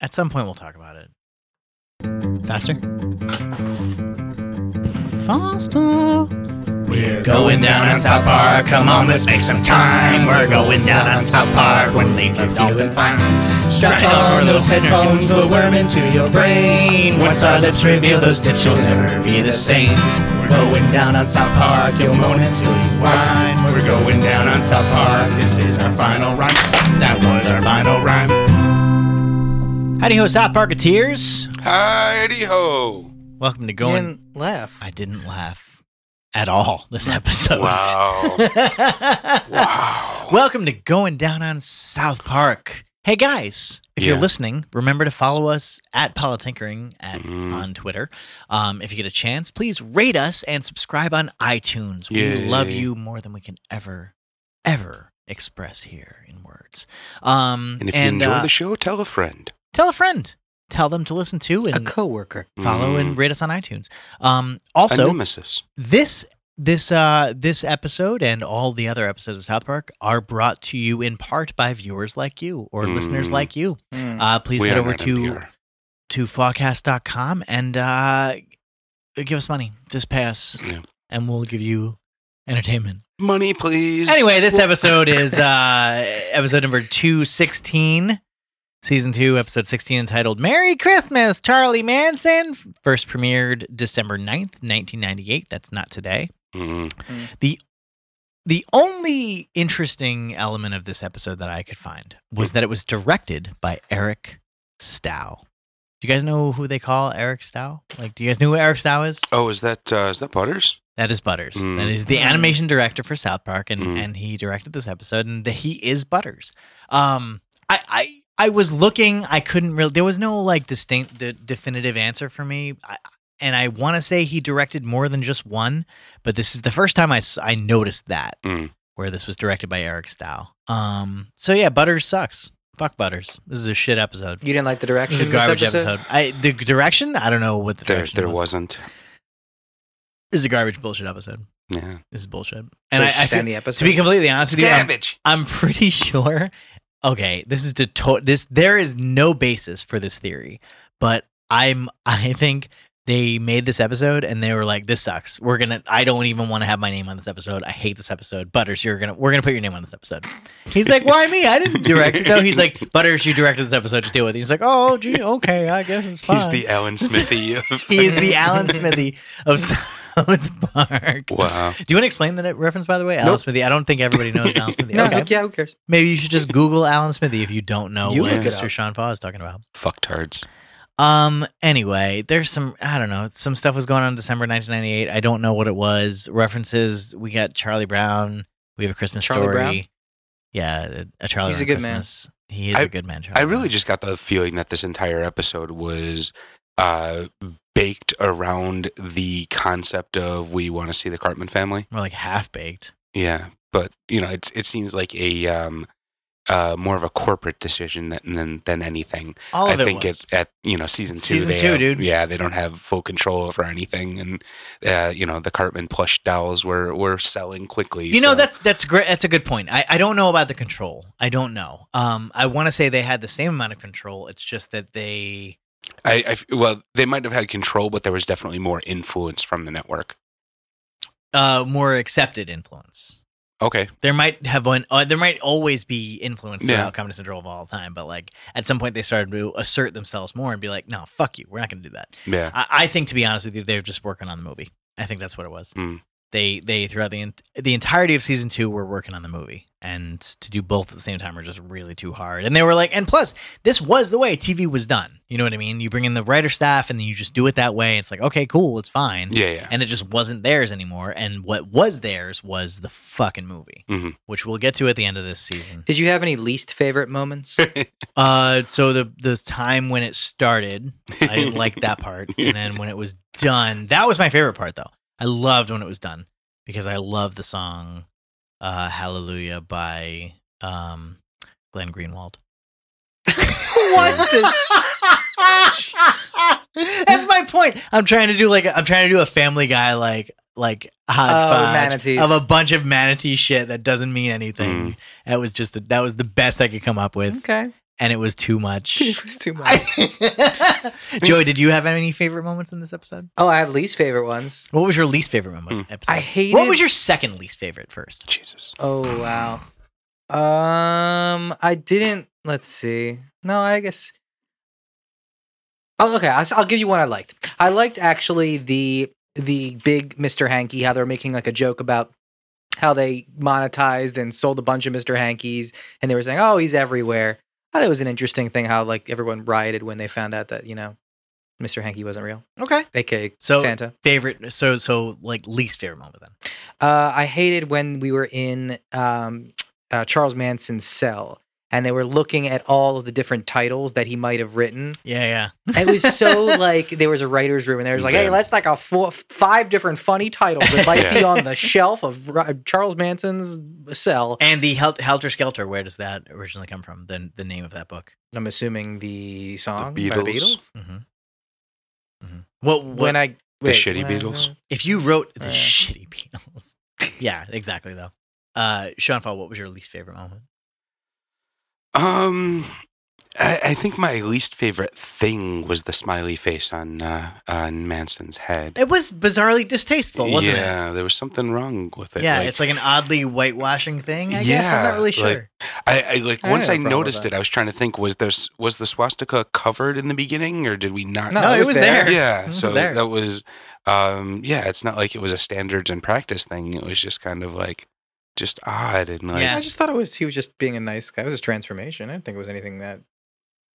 At some point, we'll talk about it. Faster. Faster. We're going down on South Park. Come on, let's make some time. We're going down on South Park. We'll leave you feeling fine. Strap on those headphones, put worm into your brain. Once our lips reveal those tips, you'll never be the same. We're going down on South Park. You'll moan until you whine. We're going down on South Park. This is our final rhyme. That was our final rhyme. Howdy ho, South Parketeers. Heidi ho! Welcome to You Going. didn't laugh. I didn't laugh at all this episode. Wow. wow. Welcome to Going Down on South Park. Hey guys, if you're Yeah. listening, remember to follow us at Politinkering at, Mhm. on Twitter. Um, if you get a chance, please rate us and subscribe on iTunes. We Yay. love you more than we can ever, ever express here in words. Um, And if you enjoy uh, the show, tell a friend. tell a friend, tell them to listen to A and coworker. follow and Mm. rate us on iTunes. Um, A also, nemesis. this this uh this episode and all the other episodes of South Park are brought to you in part by viewers like you or Mm. listeners like you. Mm. Uh please We head are over not to NPR. to fawcast.com and uh give us money. Just pay us Yeah. and we'll give you entertainment. money, please. Anyway, this Well- episode is uh episode number 216. Season 2, episode 16, entitled Merry Christmas, Charlie Manson. First premiered December 9th, 1998. That's not today. Mm. The only interesting element of this episode that I could find was that it was directed by Eric Stow. Do you guys know who they call Eric Stow? Like, do you guys know who Eric Stow is? Oh, is that uh, is that Butters? That is Butters. Mm. That is the animation director for South Park, and, Mm. and he directed this episode, and the, he is Butters. Um, I, I I was looking, I couldn't really. There was no like distinct, de- definitive answer for me, I, and I want to say he directed more than just one, but this is the first time I s- I noticed that Mm. where this was directed by Eric Stow. Um, so yeah, Butters sucks. Fuck Butters. This is a shit episode. You didn't like the This direction. is a of this garbage episode. I the direction. I don't know what the There, direction there was. wasn't. This is a garbage bullshit episode. Yeah. This is bullshit. So And I, it's I just feel, on the episode. to be completely honest with you, I'm, I'm pretty sure. Okay, this is to to- this. There is no basis for this theory, but I'm. I think they made this episode and they were like, "This sucks. We're gonna. I don't even want to have my name on this episode. I hate this episode. Butters, you're gonna. We're gonna put your name on this episode." He's like, "Why me? I didn't direct it." though." he's like, "Butters, you directed this episode to deal with." it." He's like, "Oh, gee, okay, I guess it's fine." He's the Alan Smithy of. He is the Alan Smithy of South Park. wow. Do you want to explain that reference, by the way? Alan Nope. Smithy. I don't think everybody knows Alan Smithy. no, Okay. like, yeah, who cares? Maybe you should just Google Alan Smithy if you don't know You what look it Mr. up. Sean Paul is talking about. Fucktards. Um. Anyway, there's some I don't know. Some stuff was going on in December 1998. I don't know what it was. References. We got Charlie Brown. We have a Christmas Charlie story. Brown? Yeah, a- a Charlie. He's a Brown good man. Christmas. He is a I- good man. Charlie I really Brown. just got the feeling that this entire episode was uh, baked around the concept of we want to see the Cartman family. We're like half baked. Yeah, but you know, it's it seems like a um, uh, more of a corporate decision than than, than anything. All of I it think was. at, at you know season two, Season they two, have- dude. yeah, they don't have full control over anything, and uh, you know the Cartman plush dolls were were selling quickly. You know so- that's that's great. That's a good point. I, I don't know about the control. I don't know. Um, I want to say they had the same amount of control. It's just that they I, I f- well, they might have had control, but there was definitely more influence from the network. uh more accepted influence. Okay, There might have been uh, there might always be influence Yeah. throughout Comedy Central of all time, but like at some point they started to assert themselves more and be like, no, fuck you, we're not going to do that. yeah, I, I think to be honest with you, they're just working on the movie. I think that's what it was. Mm. They they throughout the en- the entirety of season two were working on the movie, and to do both at the same time were just really too hard. And they were like, and plus, this was the way TV was done. You know what I mean? You bring in the writer staff, and then you just do it that way. It's like, okay, cool, it's fine yeah, yeah. and it just wasn't theirs anymore. And what was theirs was the fucking movie, Mhm. which we'll get to at the end of this season. Did you have any least favorite moments? Uh, so the the time when it started, I didn't like that part, and then when it was done, that was my favorite part though. I loved when it was done because I love the song uh, "Hallelujah" by um, Glenn Greenwald. what the? That's my point. I'm trying to do like I'm trying to do a Family Guy like like Oh, hodgepodge manatees. of a bunch of manatee shit that doesn't mean anything. That was just a, that was the best I could come up with, okay. and it was too much. it was too much. Joey, did you have any favorite moments in this episode? oh, I have least favorite ones. What was your least favorite moment? Episode? I hated. What was your second least favorite first? Jesus. Oh wow. Um, I didn't. Let's see. No, I guess. Oh, okay. I'll, s- I'll give you one I liked. I liked actually the the big Mr. Hanky. How they're making like a joke about how they monetized and sold a bunch of Mr. Hankies, and they were saying, "Oh, he's everywhere." I thought it was an interesting thing how like everyone rioted when they found out that you know Mr. Hanky wasn't real, Okay. aka So- Santa. Favorite. So so like least favorite moment then. Uh, I hated when we were in um, uh, Charles Manson's cell and they were looking at all of the different titles that he might have written. Yeah, yeah. It was so like there was a writer's room and they was like, hey, Yeah. let's like a four, five different funny titles that might be Yeah. on the shelf of Ro- uh, Charles Manson's cell. And the Hel- Helter Skelter. Where does that originally come from? The the name of that book. I'm assuming the song by the Beatles. Beatles. Mm-hmm. hmm What, what When I The Shitty Beatles? if you wrote the Uh. shitty Beatles? yeah, exactly though. Uh, Sean Fall, what was your least favorite moment? Um, I, I think my least favorite thing was the smiley face on uh, on Manson's head. It was bizarrely distasteful, wasn't it? yeah, there was something wrong with it. yeah, Like, it's like an oddly whitewashing thing. I guess I'm Yeah, not really like- sure. I, I like I once had I no problem with noticed that. it, I was trying to think: was there s- was the swastika covered in the beginning, or did we not? No, no, it was there. It Yeah, was so there. that was, um, yeah, it's not like it was a standards and practice thing. It was just kind of like, just odd and like, Yeah. I just thought it was he was just being a nice guy. It was his transformation. I didn't think it was anything that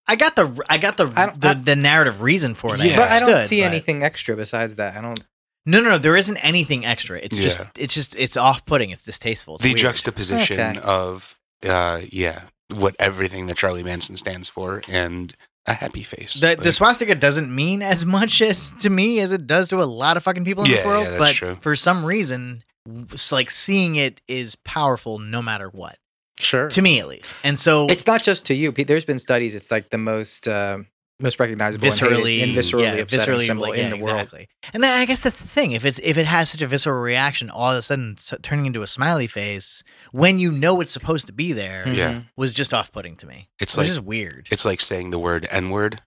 I got the I got the I don't- the, I- the narrative reason for it. Yeah. But I don't understood, see but- anything extra besides that. I don't No, no, no. There isn't anything extra. It's just Yeah. it's just it's off putting. It's distasteful. It's the weird. juxtaposition Okay. of, uh, yeah, what everything that Charlie Manson stands for and a happy face. The, the Like, swastika doesn't mean as much as to me as it does to a lot of fucking people in this Yeah, world. yeah, that's but true. for some reason, it's like seeing it is powerful no matter what. sure. To me, at least. And so It's not just to you. Pete. There's been studies. It's like the most uh, most recognizable and hated viscerally, and viscerally yeah, upsetting viscerally, symbol like, in yeah, the world. exactly. And then I guess that's the thing. If it's if it has such a visceral reaction, all of a sudden s turning into a smiley face when you know it's supposed to be there Yeah. Mhm. was just off putting to me. It's it was like- just weird. It's like saying the word N word.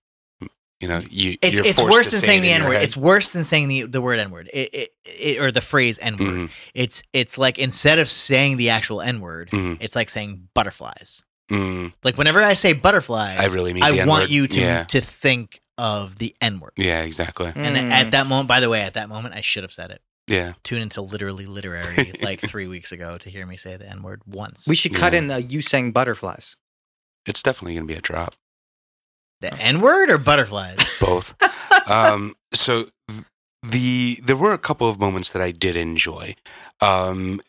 You know, you. It's, you're it's forced worse to than say saying it the in n your word. head. It's worse than saying the the word n word. It, it, it or the phrase n word. Mhm. It's it's like instead of saying the actual n word, Mhm. it's like saying butterflies. Mm, Like whenever I say butterflies, I really mean. I the N-word. want you to Yeah, to think of the n word. yeah exactly. And Mm. at that moment, by the way, at that moment, I should have said it. Yeah, Tune into literally literary like three weeks ago to hear me say the n word once. we should cut Yeah. in uh, you saying butterflies. it's definitely gonna be a drop. the n word or butterflies? Both. um, so th- the there were a couple of moments that I did enjoy. Um,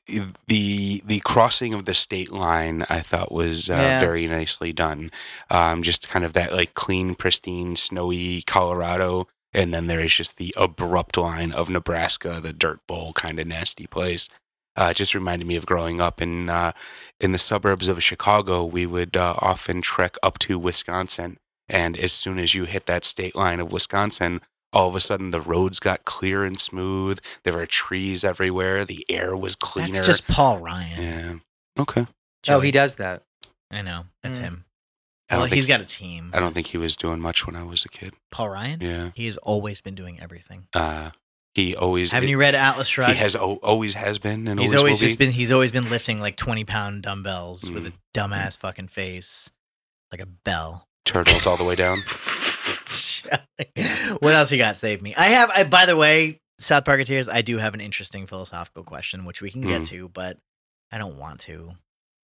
the the crossing of the state line I thought was uh, Yeah. very nicely done. Um, just kind of that like clean, pristine, snowy Colorado, and then there is just the abrupt line of Nebraska, the dirt bowl kind of nasty place. Uh, it just reminded me of growing up in uh, in the suburbs of Chicago. We would uh, often trek up to Wisconsin, and as soon as you hit that state line of Wisconsin, all of a sudden the roads got clear and smooth. There were trees everywhere. The air was cleaner. That's just Paul Ryan. yeah. Okay. Oh, he does that. I know that's Mm. him. Hmm. I don't Well, think he's got a team. I don't think he was doing much when I was a kid. Paul Ryan. Yeah. He has always been doing everything. Uh, he always. Haven't you read Atlas He Shrugged? has al- always has been and he's always, always will just be. Hmm. been. He's always been lifting like twenty pound dumbbells with a dumbass fucking face, like a bell. turtles all the way down. what else you got? Save me. I have. I, by the way, South Parketeers. I do have an interesting philosophical question, which we can get Mm. to, but I don't want to.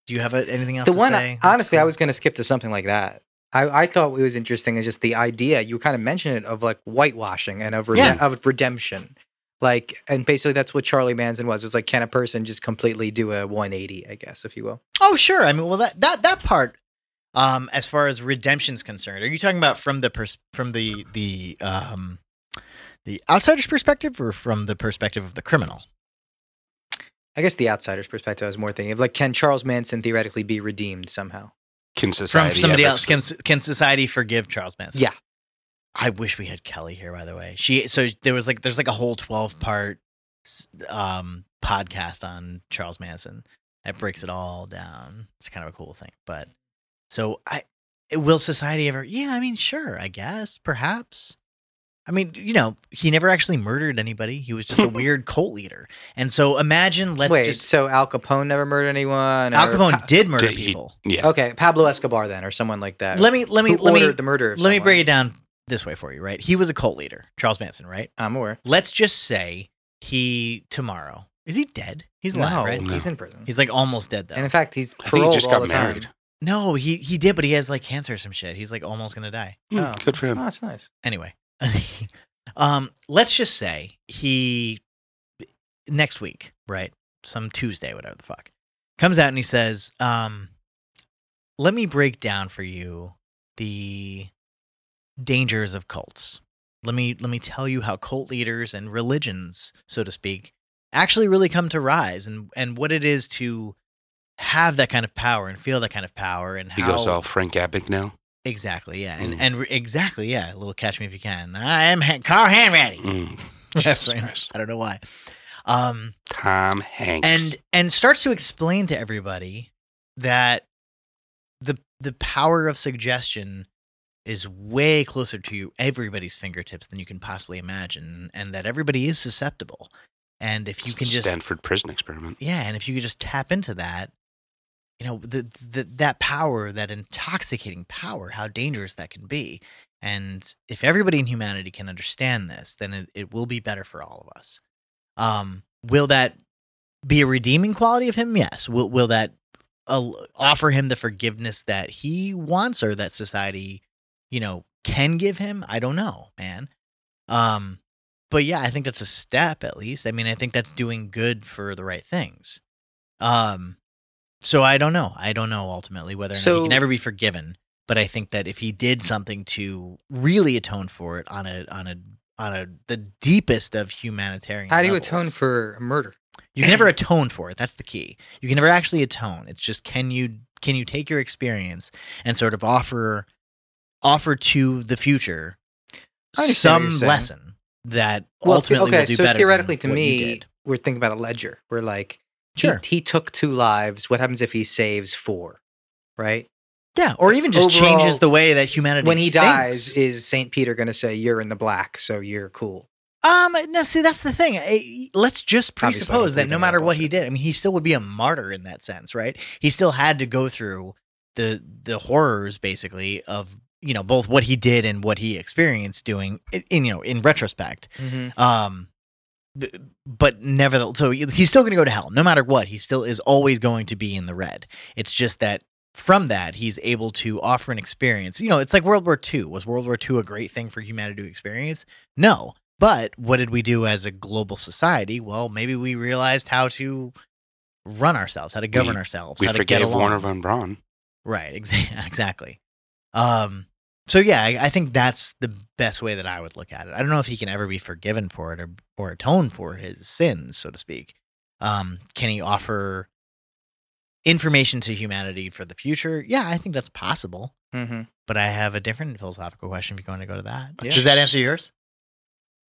Do you have a, anything else? The to one, say? honestly, I That's was going to skip to something like that. I, I thought it was interesting is just the idea you kind of mentioned it of like whitewashing and of rede- Yeah. of redemption, like and basically that's what Charlie Manson was. It was like can a person just completely do a 180, I guess, if you will. cool. Oh, sure. I mean, well, that that that part. Um, as far as redemption's concerned, are you talking about from the pers- from the the um the outsider's perspective or from the perspective of the criminal? I guess the outsider's perspective I was more thinking of like can Charles Manson theoretically be redeemed somehow? Can From society somebody ever- else? Can can society forgive Charles Manson? Yeah. I wish we had Kelly here, by the way. She so there was like there's like a whole twelve part um podcast on Charles Manson that breaks it all down. It's kind of a cool thing, but so I will society ever? Yeah, I mean, sure, I guess, perhaps. I mean, you know, he never actually murdered anybody. He was just a weird cult leader. And so imagine, let's Wait, just. so Al Capone never murdered anyone? Al or Capone Pa- did murder Did he- people. Yeah. okay, Pablo Escobar then, or someone like that. Let me, let me, Who let me, ordered the murder. Of let me someone. break it down this way for you, right? He was a cult leader, Charles Manson, right? I'm aware. Let's just say he tomorrow is he dead? He's alive, no, right? No. he's in prison. He's like almost dead though. and in fact, he's I think paroled he just all got the married. time. no, he he did, but he has like cancer or some shit. He's like almost gonna die. Mm, Oh. Good for him. Oh, that's nice. Anyway, um, let's just say he next week, right? Some Tuesday, whatever the fuck, comes out and he says, um, "Let me break down for you the dangers of cults. Let me let me tell you how cult leaders and religions, so to speak, actually really come to rise, and and what it is to." Have that kind of power and feel that kind of power, and He how goes all Frank Abbott now. Exactly, yeah, Mm. and and re- exactly, yeah. A little catch me if you can. I am Han- Carl Hanratty. Mm, Jesus. I don't know why. Um, Tom Hanks. and and starts to explain to everybody that the the power of suggestion is way closer to you, everybody's fingertips than you can possibly imagine, and that everybody is susceptible. And if you can just Stanford prison experiment. yeah, and if you could just tap into that, you know, the, the that power, that intoxicating power, how dangerous that can be. And if everybody in humanity can understand this, then it, it will be better for all of us. Um, will that be a redeeming quality of him? Yes. Will will that al- offer him the forgiveness that he wants or that society, you know, can give him? I don't know, man. Um, but yeah, I think that's a step at least. I mean, I think that's doing good for the right things. Um, so I don't know. I don't know ultimately whether or not he So- can ever be forgiven. But I think that if he did something to really atone for it on a on a on a the deepest of humanitarian, How do you levels- atone for murder? you can never atone for it. That's the key. You can never actually atone. It's just can you can you take your experience and sort of offer offer to the future I understand what some you're saying. lesson that ultimately okay, will do so better. than theoretically, to what you me, did. we're thinking about a ledger. We're like, he- sure, he, took two lives. What happens if he saves four? Right yeah, or even just overall, changes the way that humanity when he thinks. dies, is Saint Peter going to say you're in the black, so you're cool? Um, no, see, that's the thing. I- let's just Obviously, I don't presuppose that believe no in that matter what he bullshit. did, I mean, he still would be a martyr in that sense, right? He still had to go through the the horrors, basically, of you know both what he did and what he experienced doing, in, in, you know, in retrospect. Mm-hmm. Um, b- but nevertheless, so he- he's still going to go to hell, no matter what. He still is always going to be in the red. It's just that from that he's able to offer an experience. You know, it's like World War II. Was World War II a great thing for humanity to experience? No. But what did we do as a global society? Well, maybe we realized how to run ourselves, how to govern We- ourselves, We how to get forgave along. Warner von Braun. Right. Exa- exactly. Um, so yeah, I, I think that's the best way that I would look at it. I don't know if he can ever be forgiven for it or, or atone for his sins, so to speak. Um, can he offer information to humanity for the future? Yeah, I think that's possible. Mm-hmm. But I have a different philosophical question if you want to go to that. Yeah. Does that answer yours?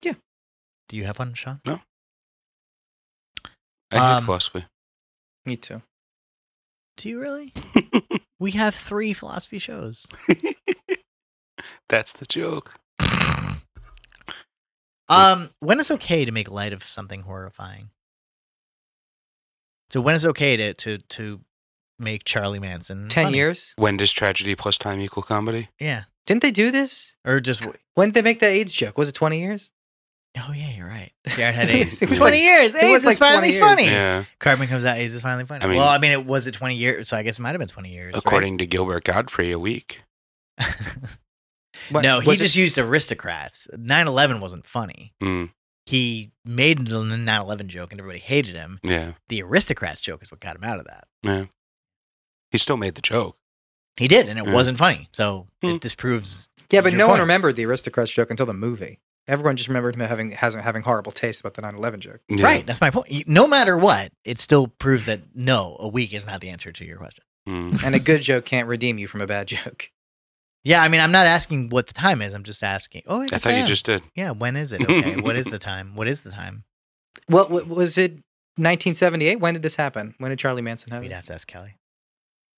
Yeah. Do you have one, Sean? I hate Um, philosophy. Me too. Do you really? we have three philosophy shows. That's the joke. Um, when it's okay to make light of something horrifying. So when it's okay to to to make Charlie Manson Ten funny? years? When does tragedy plus time equal comedy? yeah, Didn't they do this? or just w- When did they make that AIDS joke? Was it twenty years? oh yeah, you're right. Jared had AIDS. It was twenty years. it AIDS was is like 20 finally years. funny. Yeah. Cartman comes out. AIDS is finally funny. I mean- well, I mean, it was it twenty years, so I guess it might have been twenty years. right? According to Gilbert Godfrey, a week. What- no, he was it- just used aristocrats. 9-11 wasn't funny. Mm, He made the 9-11 joke and everybody hated him. yeah. The aristocrats joke is what got him out of that. Yeah. He still made the joke. He did, and it Yeah. wasn't funny. So Hmm. it disproves. yeah, but your no one point. remembered the aristocrats joke until the movie. Everyone just remembered him having has, having horrible taste about the 9-11 joke. Yeah. Right. That's my point. You- No matter what, it still proves that no, a week is not the answer to your question. Mm. And a good joke can't redeem you from a bad joke. Yeah, I mean, I'm not asking what the time is. I'm just asking. Oh, I, I guess thought I you am. just did. Yeah. When is it? Okay. what is the time? What is the time? What what- was it? 1978. When did this happen? When did Charlie Manson have We'd it? have to ask Kelly.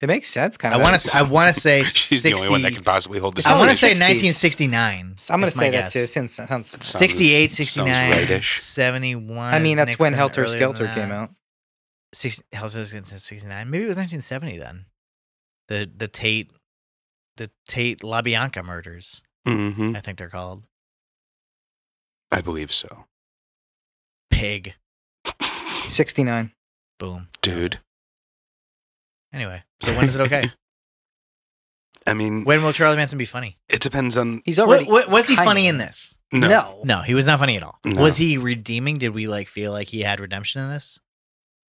It makes sense, kind I of. want to. I want to say She's 60, the only one that can possibly hold this. I want to say Probably 60s. 1969. I'm going That's to my say that guess. too. Since sounds, Sounds- 68, sounds 69, right-ish. 71. I mean, that's when Nixon, Helter earlier than Skelter that. came out. 60, Helter Skelter said 69. Maybe it was 1970 then. The the Tate the Tate LaBianca murders, hmm I think they're called. I believe so, Pig. 69. Boom. dude. Anyway, so when is it okay? I mean, when will Charlie Manson be funny? it depends on He's already. Wa- wa- was he kind funny of. in this? no. No, he was not funny at all. No. Was he redeeming? Did we like feel like he had redemption in this?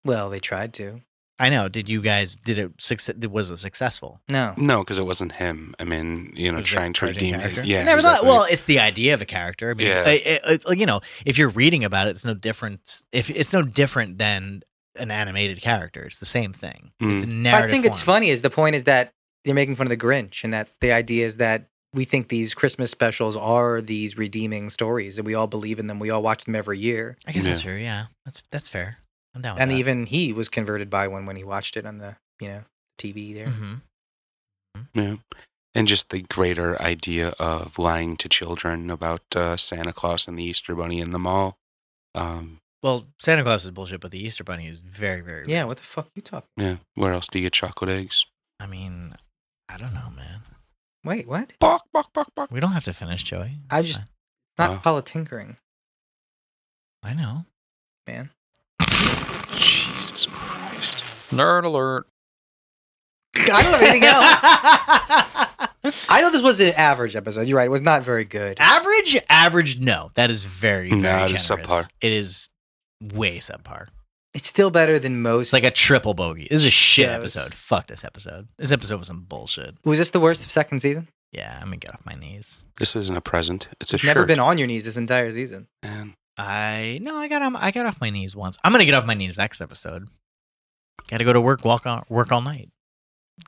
Well, they tried to. I know. Did you guys? Did it? succe- did- Was it successful? No. No, because it wasn't him. I mean, you know, Was it trying to cartoon redeem character? it. Yeah. Nevertheless, exactly. well, it's the idea of a character. I mean, Yeah. I- I- I- you know, if you're reading about it, it's no different. If it's no different than an animated character, it's the same thing. Mm. It's a narrative. I think it's form. funny. Is the point is that they're making fun of the Grinch, and that the idea is that we think these Christmas specials are these redeeming stories, and we all believe in them. We all watch them every year. I guess Yeah. that's true. Yeah, that's that's fair. I'm down. With and that. even he was converted by one when he watched it on the you know TV there. Mhm. Yeah. And just the greater idea of lying to children about uh, Santa Claus and the Easter Bunny in the mall. Um, Well, Santa Claus is bullshit, but the Easter Bunny is very, very. Yeah, what the fuck you talking? yeah. Where else do you get chocolate eggs? I mean, I don't know, man. Wait, what? Bok, bok, bok, bok. We don't have to finish, Joey. I It's just- fine. Not Wow. politinkering, I know. man. Jesus Christ. Nerd alert. I don't know anything else. else. I know this was an average episode. You're right. It was not very good. Average, average. No, that is very, very No, it is generous. subpar. It is way subpar. It's still better than most. It's like a triple bogey. This is a shit Shows. episode. Fuck this episode. This episode was some bullshit. was this the worst of second season? Yeah, I'm gonna get off my knees. This isn't a present. It's a Never shirt. been on your knees this entire season. Man. Oh I no, I got on, I got off my knees once. I'm gonna get off my knees next episode. Got to go to work. Walk on work all night.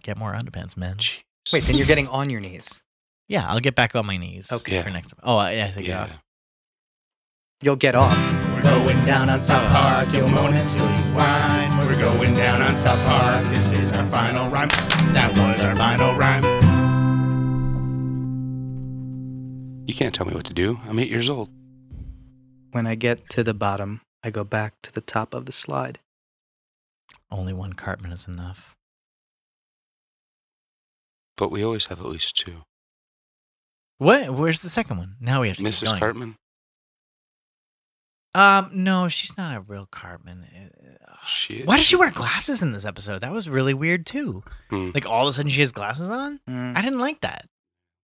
Get more underpants, man. Jeez. Wait, then you're getting on your knees. Yeah, I'll get back on my knees. Okay. For next. Oh, I, I think Yeah. off. You'll get off. We're going down on South Park. You'll moan until you whine. We're going down on South Park. This is our final rhyme. That was our final rhyme. You can't tell me what to do. I'm eight years old. When I get to the bottom, I go back to the top of the slide. Only one Cartman is enough. But we always have at least two. What? Where's the second one? Now we have to keep Mrs. going. Cartman. Um, no, she's not a real Cartman. Uh, She Why did she wear glasses in this episode? That was really weird too. Hmm. Like all of a sudden she has glasses on. Mm. I didn't like that.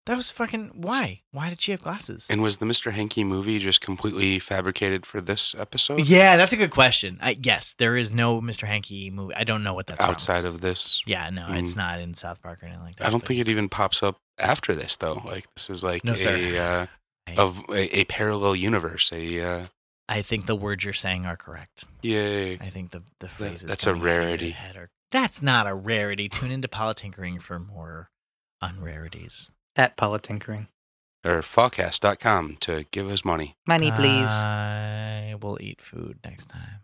That was fucking why? Why did she have glasses? And was the Mr. Hanky movie just completely fabricated for this episode? Yeah, that's a good question. I, yes, there is no Mr. Hanky movie. I don't know what that's from. Outside of this Yeah, no, it's Mm. not in South Park or anything like that. I don't but think it it's- even pops up after this though. Like this is like No, sir. a uh, Right. of a, a parallel universe. A uh, I think the words you're saying are correct. yay. I think the the phrases. that's a coming out of your rarity. head are- that's not a rarity. Tune into Politinkering for more on rarities. At politinkering. Or Fawcast.com to give us money. Money, please. I will eat food next time.